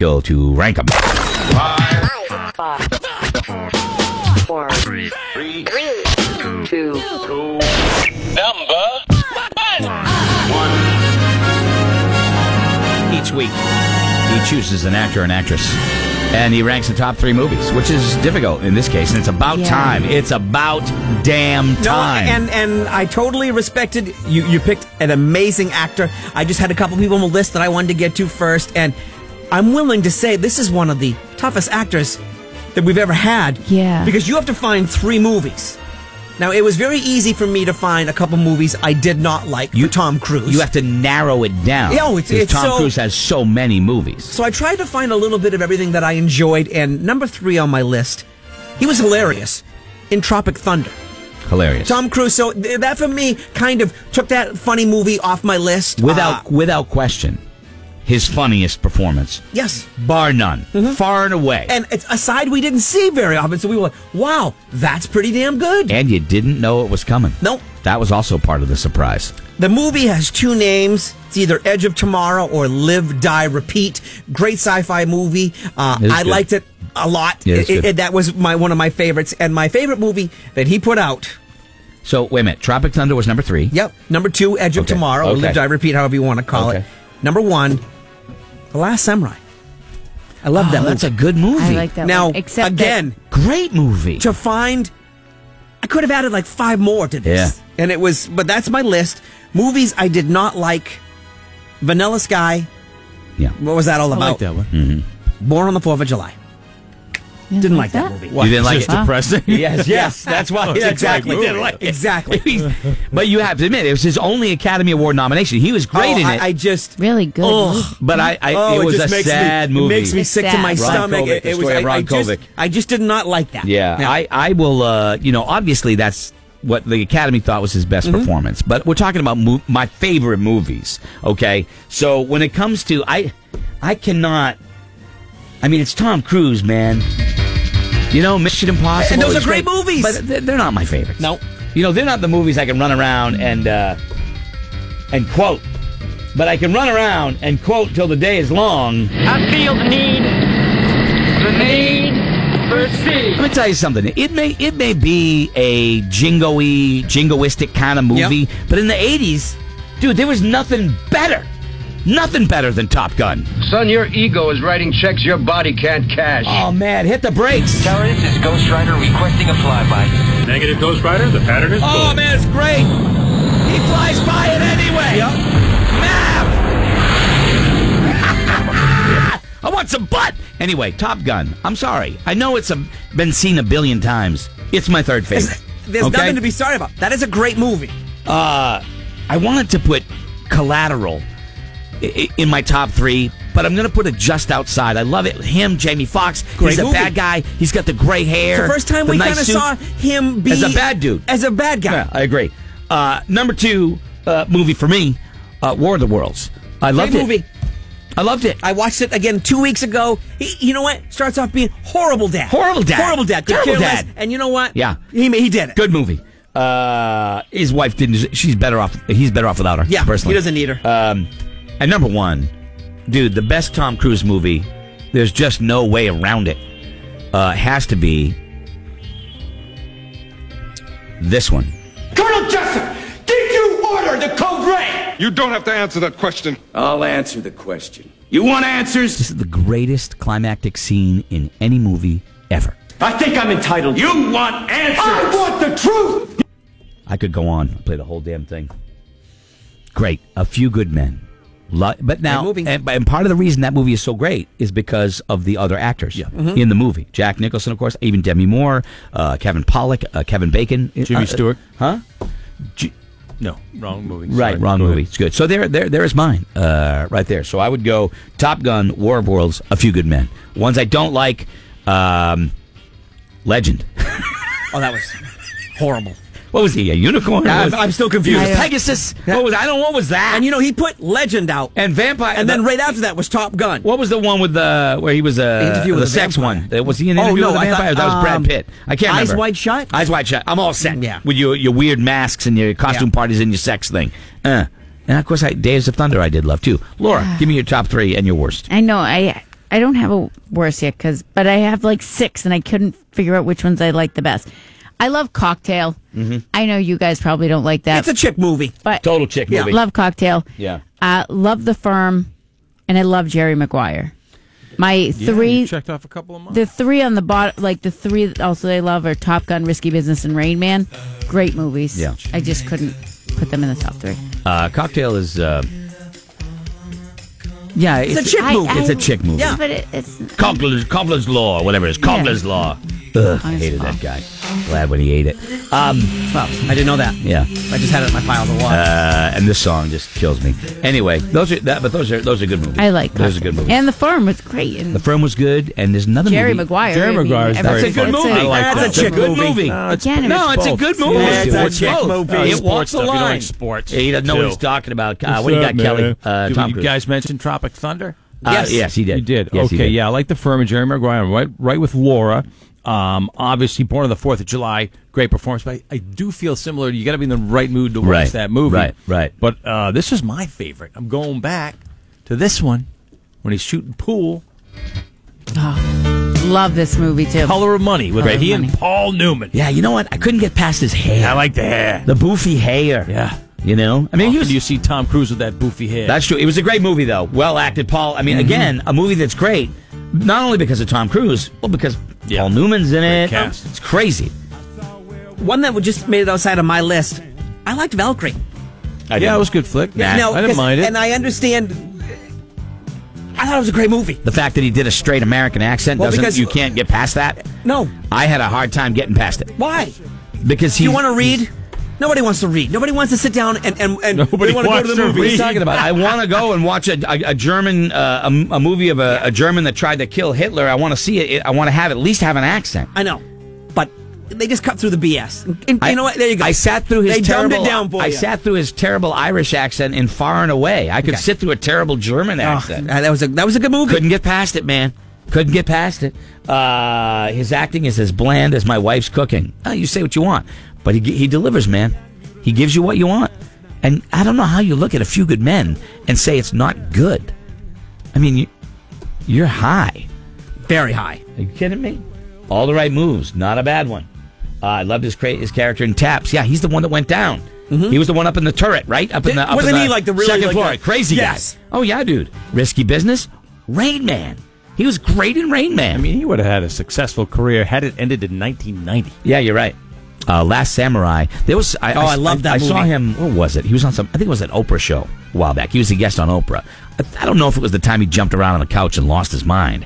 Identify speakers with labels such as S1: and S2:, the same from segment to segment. S1: Go to rank 'em.
S2: Five, five, four, three, two,
S3: Number one.
S1: Each week, he chooses an actor and actress, and he ranks the top three movies, which is difficult in this case. And it's about
S4: Yeah.
S1: time. It's about damn
S5: No,
S1: time.
S5: and and I totally respected you. You picked an amazing actor. I just had a couple people on the list that I wanted to get to first, and I'm willing to say this is one of the toughest actors that we've ever had.
S4: Yeah.
S5: because you have to find three movies. Now it was very easy for me to find a couple movies I did not like. You, Tom Cruise.
S1: you have to narrow it down.
S5: Yeah, oh, it's-
S1: 'cause
S5: it's
S1: Tom
S5: so-
S1: Cruise has so many movies.
S5: So I tried to find a little bit of everything that I enjoyed, and number three on my list, he was hilarious in Tropic Thunder.
S1: Hilarious.
S5: Tom Cruise. So th- that for me kind of took that funny movie off my list.
S1: without
S5: Uh,
S1: without question, his funniest performance,
S5: yes,
S1: bar none, far and away.
S5: Mm-hmm. and it's a side we didn't see very often. So we were like, wow, that's pretty damn good.
S1: And you didn't know it was coming.
S5: Nope.
S1: That was also part of the surprise.
S5: The movie has two names. It's either Edge of Tomorrow or Live, Die, Repeat. Great sci-fi movie. Uh,
S1: It is
S5: I
S1: good.
S5: liked it a lot.
S1: Yeah, it's
S5: It- it-
S1: good.
S5: that was my one of my favorites. And my favorite movie that he put out.
S1: So wait a minute. Tropic Thunder was number three.
S5: Yep. Number two, Edge of
S1: Okay.
S5: Tomorrow or
S1: Okay.
S5: Live, Die, Repeat, however you want to call
S1: Okay.
S5: it. Number one, The Last Samurai. I love that.
S1: Oh, that's
S5: movie.
S1: a good movie.
S4: I like that
S5: Now,
S4: one. Except that-
S5: again,
S1: Great movie.
S5: to find, I could have added like five more to this.
S1: Yeah.
S5: And it was, but that's my list. Movies I did not like Vanilla Sky.
S1: Yeah.
S5: What was that all
S6: I
S5: about?
S6: like that one.
S1: Mm-hmm.
S5: Born on the 4th of July.
S4: You
S5: Didn't like that, movie.
S1: You didn't like
S6: Just
S1: it?
S6: depressing.
S1: Yes, yes, that's why.
S5: Oh,
S6: It's a great
S1: exactly.
S6: movie.
S1: Didn't like it.
S5: Exactly.
S1: but you have to admit, it was his only Academy Award nomination. He was great
S5: Oh,
S1: in
S5: I,
S1: it.
S5: I just.
S4: Really good.
S5: Ugh.
S1: but I, I
S5: Oh,
S1: it was
S5: just
S1: a
S5: makes
S1: sad
S5: me,
S1: movie.
S5: It makes me
S4: It's
S5: sick to
S4: sad.
S5: my
S4: Ron
S5: stomach.
S1: Kovic,
S5: it,
S1: the
S5: it was.
S1: story
S5: I,
S1: of Ron
S5: I just,
S1: Kovic.
S5: I just did not like that.
S1: yeah, I, I will. Uh, you know, obviously that's what the Academy thought was his best
S5: Mm-hmm.
S1: performance. But we're talking about mo- my favorite movies. Okay, so when it comes to I, I cannot. I mean, it's Tom Cruise, man. You know, Mission Impossible.
S5: And those
S1: is
S5: are great movies.
S1: but they're, they're not my favorites.
S5: No.
S1: you know, they're not the movies I can run around and uh, and quote. But I can run around and quote till the day is long.
S3: I feel the need, the need for speed.
S1: Let me tell you something. It may it may be a jingoy, jingoistic kind of movie,
S5: Yep.
S1: but in the '80s, dude, there was nothing better, nothing better than Top Gun.
S7: Son, your ego is writing checks your body can't cash.
S1: Oh man, hit the brakes!
S8: Tower, this is Ghost Rider requesting a flyby.
S9: Negative Ghost Rider, the pattern is
S1: Oh man, it's great. He flies by it anyway. Mav! I want some butt. Anyway, Top Gun. I'm sorry. I know it's a, been seen a billion times. It's my third favorite.
S5: There's
S1: Okay?
S5: nothing to be sorry about. That is a great movie.
S1: Uh, I wanted to put Collateral i- i- in my top three, but I'm going to put it just outside. I love it. Him, Jamie Foxx.
S5: Great
S1: he's a
S5: movie.
S1: bad guy. He's got the gray hair.
S5: The first time we
S1: nice
S5: kind of
S1: suit.
S5: saw him be
S1: As a bad dude.
S5: as a bad guy.
S1: Yeah, I agree. Uh, number two uh, movie for me, uh, War of the Worlds. I loved
S5: Great
S1: it.
S5: movie.
S1: I loved it.
S5: I watched it again two weeks ago. He, you know what? Starts off being horrible dad.
S1: Horrible dad.
S5: Horrible dad. Could
S1: Terrible
S5: care less.
S1: dad.
S5: And you know what?
S1: Yeah.
S5: He ma- he did it.
S1: Good movie. Uh, his wife didn't. She's better off. He's better off without her.
S5: Yeah.
S1: personally.
S5: He doesn't need her.
S1: Um, and number one, dude, the best Tom Cruise movie. There's just no way around it. Uh, has to be this one.
S10: Colonel Jessup, did you order the code red?
S9: You don't have to answer that question.
S8: I'll answer the question. You want answers?
S1: This is the greatest climactic scene in any movie ever.
S10: I think I'm entitled.
S8: You want
S10: I want the truth.
S1: I could go on, play the whole damn thing. Great, a few good men. Lo- but now,
S5: Great movie.
S1: and, and part of the reason that movie is so great is because of the other actors
S6: Mm-hmm.
S1: in the movie. Jack Nicholson, of course, even Demi Moore, uh, Kevin Pollak, uh, Kevin Bacon,
S6: Jimmy
S1: uh,
S6: Stewart.
S1: huh?
S6: No, wrong movie.
S1: Right,
S6: Sorry.
S1: wrong
S6: Go ahead.
S1: movie. It's good. So there, there, there is mine, uh, right there. So I would go Top Gun, War of Worlds, A Few Good Men. Ones I don't like, um, Legend.
S5: Oh, that was horrible.
S1: What was he? A unicorn?
S5: I'm-
S1: What was-
S5: I'm still confused.
S1: He was Pegasus. What was I don't. know What was that?
S5: And you know he put Legend out,
S1: and vampire.
S5: and then
S1: the-
S5: right after that was Top Gun.
S1: What was the one with the where he was uh,
S5: Interview with
S1: the
S5: a
S1: sex
S5: vampire.
S1: one? Uh, Was he in interview
S5: Oh, no,
S1: with a
S5: I thought-
S1: vampire? that was
S5: um,
S1: Brad Pitt. I can't
S5: Eyes
S1: remember.
S5: Wide Shut?
S1: Eyes wide shut. I'm all set.
S5: Yeah.
S1: With your your weird masks and your costume
S5: Yeah.
S1: parties and your sex thing. Uh. And of course, I, Days of Thunder I did love too. Laura, give me your top three and your worst.
S4: I know. I I don't have a worst yet, cause but I have like six, and I couldn't figure out which ones I like the best. I love Cocktail.
S1: Mhm.
S4: I know you guys probably don't like that.
S1: It's a
S5: chick movie,
S4: but
S1: Total chick
S4: Yeah.
S1: movie.
S4: Love Cocktail.
S1: Yeah.
S4: Uh, love The Firm, and I love Jerry Maguire. My three
S6: you checked off a couple of mine.
S4: The three on the bottom, like the three that also they love are Top Gun, Risky Business, and Rain Man. Great movies.
S1: Yeah.
S4: I just couldn't put them in the top three.
S1: Uh, cocktail is. Uh, yeah,
S4: It's a chick I- movie. I-
S1: it's a chick movie.
S4: Yeah. But it- it's-
S1: Cobbler's, Cobbler's Law, or whatever it is. Cobbler's Law. Ugh, I hated that guy. Glad when he ate it. Um,
S5: well, I didn't know that.
S1: Yeah,
S5: I just had it in my pile to watch.
S1: Uh, and this song just kills me. Anyway, those are that, but those are those are good movies.
S4: I like
S1: those are good movies.
S4: And The Firm was great. And
S1: the firm was good, and there's another
S4: Jerry
S1: movie.
S4: Maguire, Jerry I mean, Maguire's
S1: Maguire. That's a
S4: very
S1: good
S4: funny.
S1: movie.
S4: It's a- I like
S1: That's
S4: that.
S1: a chick
S4: Good
S1: movie.
S4: movie. No, it's Again, it
S1: no,
S4: was
S1: it's a
S4: both.
S1: good
S4: Yeah,
S1: movie.
S4: it's a
S1: It's
S4: chick
S1: both.
S4: movie.
S1: It
S4: It's
S1: walks
S4: sports
S1: the
S4: stuff. You don't
S1: line.
S4: like sports,
S1: He doesn't know what
S4: too.
S1: he's talking about. Uh,
S6: What's
S1: what do you got,
S6: up, man?
S1: Kelly? Uh,
S6: Did
S1: Tom
S6: you
S1: Cruise.
S6: guys mentioned Tropic Thunder?
S1: Uh, Yes. yes, he did.
S6: You did.
S1: Yes,
S6: okay,
S1: he did.
S6: yeah, I like the firm and Jerry Maguire. I'm Right, right with Laura. Um, obviously, born on the Fourth of July, great performance. But I, I do feel similar. You got to be in the right mood to watch
S1: Right,
S6: that movie.
S1: right, right.
S6: But uh, this is my favorite. I'm going back to this one when he's shooting pool.
S4: Love this movie too.
S6: Color of Money with
S4: Color of
S6: he
S4: Money.
S6: and Paul Newman.
S1: Yeah, you know what? I couldn't get past his hair. I
S6: like the hair,
S1: the boofy hair.
S6: Yeah,
S1: you know. I mean, he was
S6: you see Tom Cruise with that boofy hair.
S1: That's true. It was a great movie, though. Well acted, Paul. I mean,
S5: Mm-hmm.
S1: again, a movie that's great, not only because of Tom Cruise, but because Paul Newman's in it.
S5: cast.
S1: It's crazy.
S5: One that would just made it outside of my list. I liked Valkyrie.
S1: I
S6: yeah, it was a good flick.
S5: Yeah, no,
S6: I didn't
S5: 'cause-
S6: mind it.
S5: And I understand. I thought it was a great movie.
S1: The fact that he did a straight American accent
S5: Well,
S1: doesn't
S5: because-
S1: you can't get past that.
S5: No,
S1: I had a hard time getting past it
S5: why?
S1: because he.
S5: you want to read? Nobody wants to read. Nobody wants to sit down and and, and
S1: Nobody
S5: they wanna
S1: wants
S5: go to the
S1: to
S5: movies.
S1: read. What are you talking about? I want to go and watch a, a, a German uh, a, a movie of a, a German that tried to kill Hitler. I want to see it. I want to have at least have an accent.
S5: I know, but they just cut through the BS. And- and you know what? There you go.
S1: I sat through his
S5: They
S1: terrible.
S5: dumbed it down for
S1: I
S5: you.
S1: sat through his terrible Irish accent in Far and Away. I could
S5: Okay. Ah.
S1: sit through a terrible German accent.
S5: that was a that was a good movie.
S1: Couldn't get past it, man. Couldn't get past it. Uh, his acting is as bland as my wife's cooking. Oh, you say what you want, but he he delivers, man. He gives you what you want, and I don't know how you look at a few good men and say it's not good. I mean, you, you're high.
S5: Very high.
S1: Are you kidding me? All the right moves, not a bad one. Uh, I loved his cra- his character in Taps. Yeah, he's the one that went down. He was the one up in the turret, right? Up in the up in
S5: Mm-hmm. Wasn't he
S1: the
S5: like the really,
S1: second
S5: like,
S1: floor,
S5: the-
S1: crazy
S5: Yes.
S1: guy? Oh yeah, dude. Risky business. Rain Man. He was great in Rain Man.
S6: I mean, he would have had a successful career had it ended in 1990.
S1: yeah, you're right. Uh, Last Samurai. There was. I,
S5: Oh, I love that
S1: I saw
S5: movie.
S1: him. What was it? He was on some. I think it was an Oprah show a while back. He was a guest on Oprah. I, I don't know if it was the time he jumped around on the couch and lost his mind,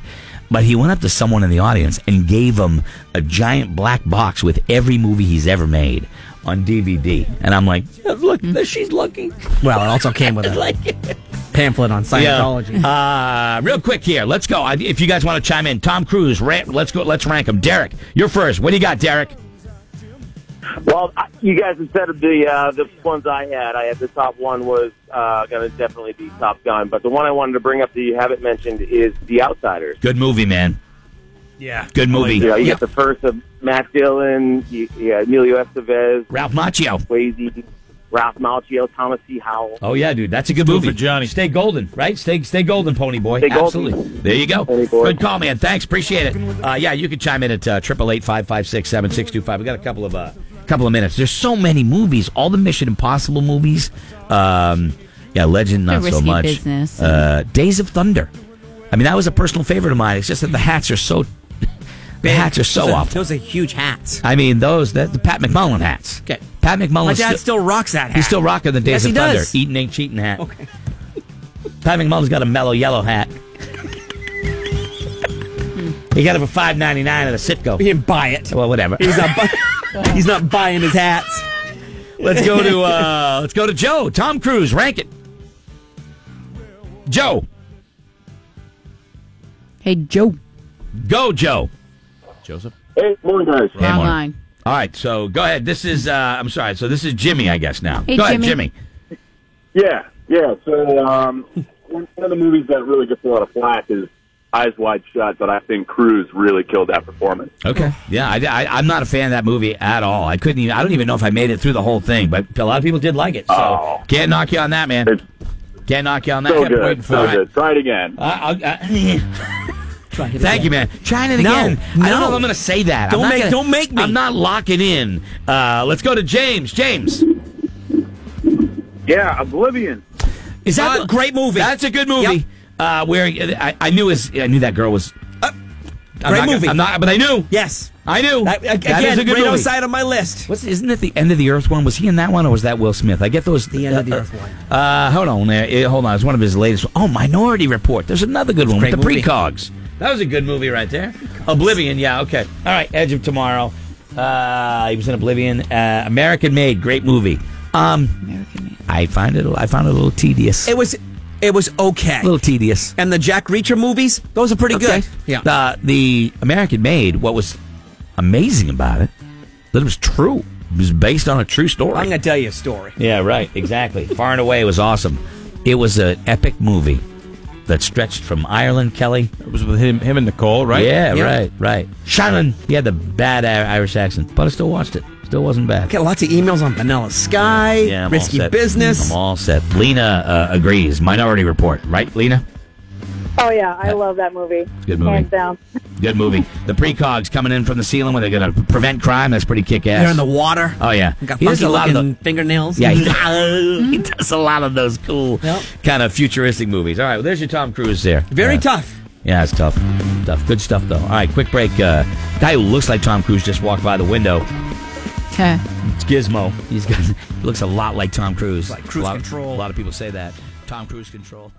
S1: but he went up to someone in the audience and gave him a giant black box with every movie he's ever made on DVD. And I'm like, look, she's lucky.
S5: Well, it also came with a pamphlet on Scientology.
S1: Yeah. Uh, real quick here, let's go. I- If you guys want to chime in, Tom Cruise, ra- let's go. Let's rank them. Derek, you're first. What do you got, Derek?
S11: Well, I- you guys, instead of the uh, the ones I had, I had the top one was uh, going to definitely be Top Gun, but the one I wanted to bring up that you haven't mentioned is The Outsiders.
S1: Good movie, man.
S6: Yeah.
S1: Good movie.
S11: You know, you got the first of Matt Dillon, you, you got Emilio Estevez,
S1: Ralph Macchio.
S11: Swayze, Ralph Macchio, Thomas C. Howell.
S1: Oh yeah, dude, that's a good
S6: Good
S1: movie.
S6: for Johnny.
S1: Stay golden, right? Stay, stay golden, Pony Boy.
S11: Stay golden.
S1: Absolutely. There you go.
S11: Pony Boy.
S1: Good call, man. Thanks, appreciate it. Uh, yeah, you can chime in at triple eight five five six seven six two five. We got a couple of uh, couple of minutes. There's so many movies. All the Mission Impossible movies. Um, yeah, Legend, not so
S4: Risky
S1: much.
S4: Business.
S1: Uh, Days of Thunder. I mean, that was a personal favorite of mine. It's just that the hats are so the hats are so
S5: those
S1: awful.
S5: Those are huge hats.
S1: I mean, those that the Pat McMullen hats.
S5: Okay.
S1: Pat McMullen.
S5: My dad still rocks that hat.
S1: He's still rocking the Days
S5: Yes, he
S1: of Thunder.
S5: does.
S1: Eating ain't cheating hat.
S5: Okay.
S1: Pat McMullen's got a mellow yellow hat. he got it for five ninety nine at a Sitco.
S5: He didn't buy it.
S1: Well, whatever.
S5: He's not. Bu- he's not buying his hats.
S1: let's go to uh, let's go to Joe. Tom Cruise, rank it. Joe,
S4: Hey Joe,
S1: go Joe.
S6: Joseph?
S11: Hey, morning, guys.
S1: Hey,
S4: wrong
S1: Mark.
S4: line.
S1: All right, so go ahead. This is uh, I'm sorry. So this is Jimmy, I guess now.
S4: Hey,
S1: go ahead,
S4: Jimmy.
S1: Jimmy.
S11: Yeah, yeah. So um, one of the movies that really gets a lot of flack is Eyes Wide Shut, but I think Cruise really killed that performance.
S1: Okay. Yeah, I, I, am not a fan of that movie at all. I couldn't even. I don't even know if I made it through the whole thing, but a lot of people did like it. So
S11: Oh.
S1: can't knock you on that, man.
S11: It's
S1: Can't knock you on that.
S11: so
S1: Kept waiting
S11: good,
S1: for
S11: so
S1: it.
S11: good. Try it again.
S1: I, I, I,
S5: Try it
S1: Thank you, man. Trying it
S5: No,
S1: again. I don't know
S5: no.
S1: if I'm going to say that. I'm
S5: Don't
S1: not
S5: make-
S1: gonna-
S5: don't make me.
S1: I'm not locking in. Uh, let's go to James. James.
S12: Yeah, Oblivion.
S1: Is that a great movie? That's a good movie. Uh, where I, I knew his, I knew that girl was. I'm
S5: Uh, great
S1: not gonna-
S5: movie.
S1: I'm not, but I knew.
S5: Yes,
S1: I knew.
S5: That, a-
S1: That
S5: again,
S1: is a good
S5: right
S1: movie.
S5: outside of my list.
S1: What's isn't it the end of the earth one? Was he in that one, or was that Will Smith? I get those. The
S5: end of the earth
S1: one. Uh, hold on, there. Eh, hold on. It's one of his latest. Oh, Minority Report. There's another good one with the
S5: great movie.
S1: precogs. That was a good movie right there. Oblivion. Yeah. Okay. All right. Edge of Tomorrow. Uh, he was in Oblivion. Uh, American Made. Great movie. Um, American Made. I find it. I found it a little tedious.
S5: It was, it was okay.
S1: a little tedious.
S5: And the Jack Reacher movies, those are pretty
S1: Okay.
S5: good. Yeah.
S1: Uh, the American Made, what was amazing about it, that it was true. It was based on a true story.
S5: I'm going to tell you a story.
S1: yeah, right. Exactly. Far and Away was awesome. It was an epic movie that stretched from Ireland, Kelly.
S6: It was with him, him and Nicole, right?
S1: Yeah, right, right. Shannon. He had the bad I- Irish accent, but I still watched it. Still wasn't bad.
S5: Get lots of emails on Vanilla Sky,
S1: Yeah, I'm
S5: Risky
S1: all set.
S5: Business.
S1: I'm all set. Lena uh, agrees. Minority Report, right, Lena?
S13: Oh yeah, I love that movie.
S1: Good movie.
S13: Hands down.
S1: Good movie. The precogs coming in from the ceiling when they're going to prevent crime. That's pretty kick ass.
S5: They're in the water.
S1: Oh yeah,
S5: Got
S1: he does a lot of
S5: funky-looking
S1: the-
S5: fingernails.
S1: Yeah, he, he does a lot of those cool kind of futuristic movies. All right, well, there's your Tom Cruise there.
S5: Very
S1: Uh,
S5: tough.
S1: Yeah, it's tough, tough. Good stuff though. All right, quick break. Uh, guy who looks like Tom Cruise just walked by the window.
S4: Okay.
S1: It's Gizmo. He's got he looks a lot like Tom Cruise. Like
S5: cruise
S1: a lot, A
S5: control.
S1: lot of people say that. Tom Cruise control.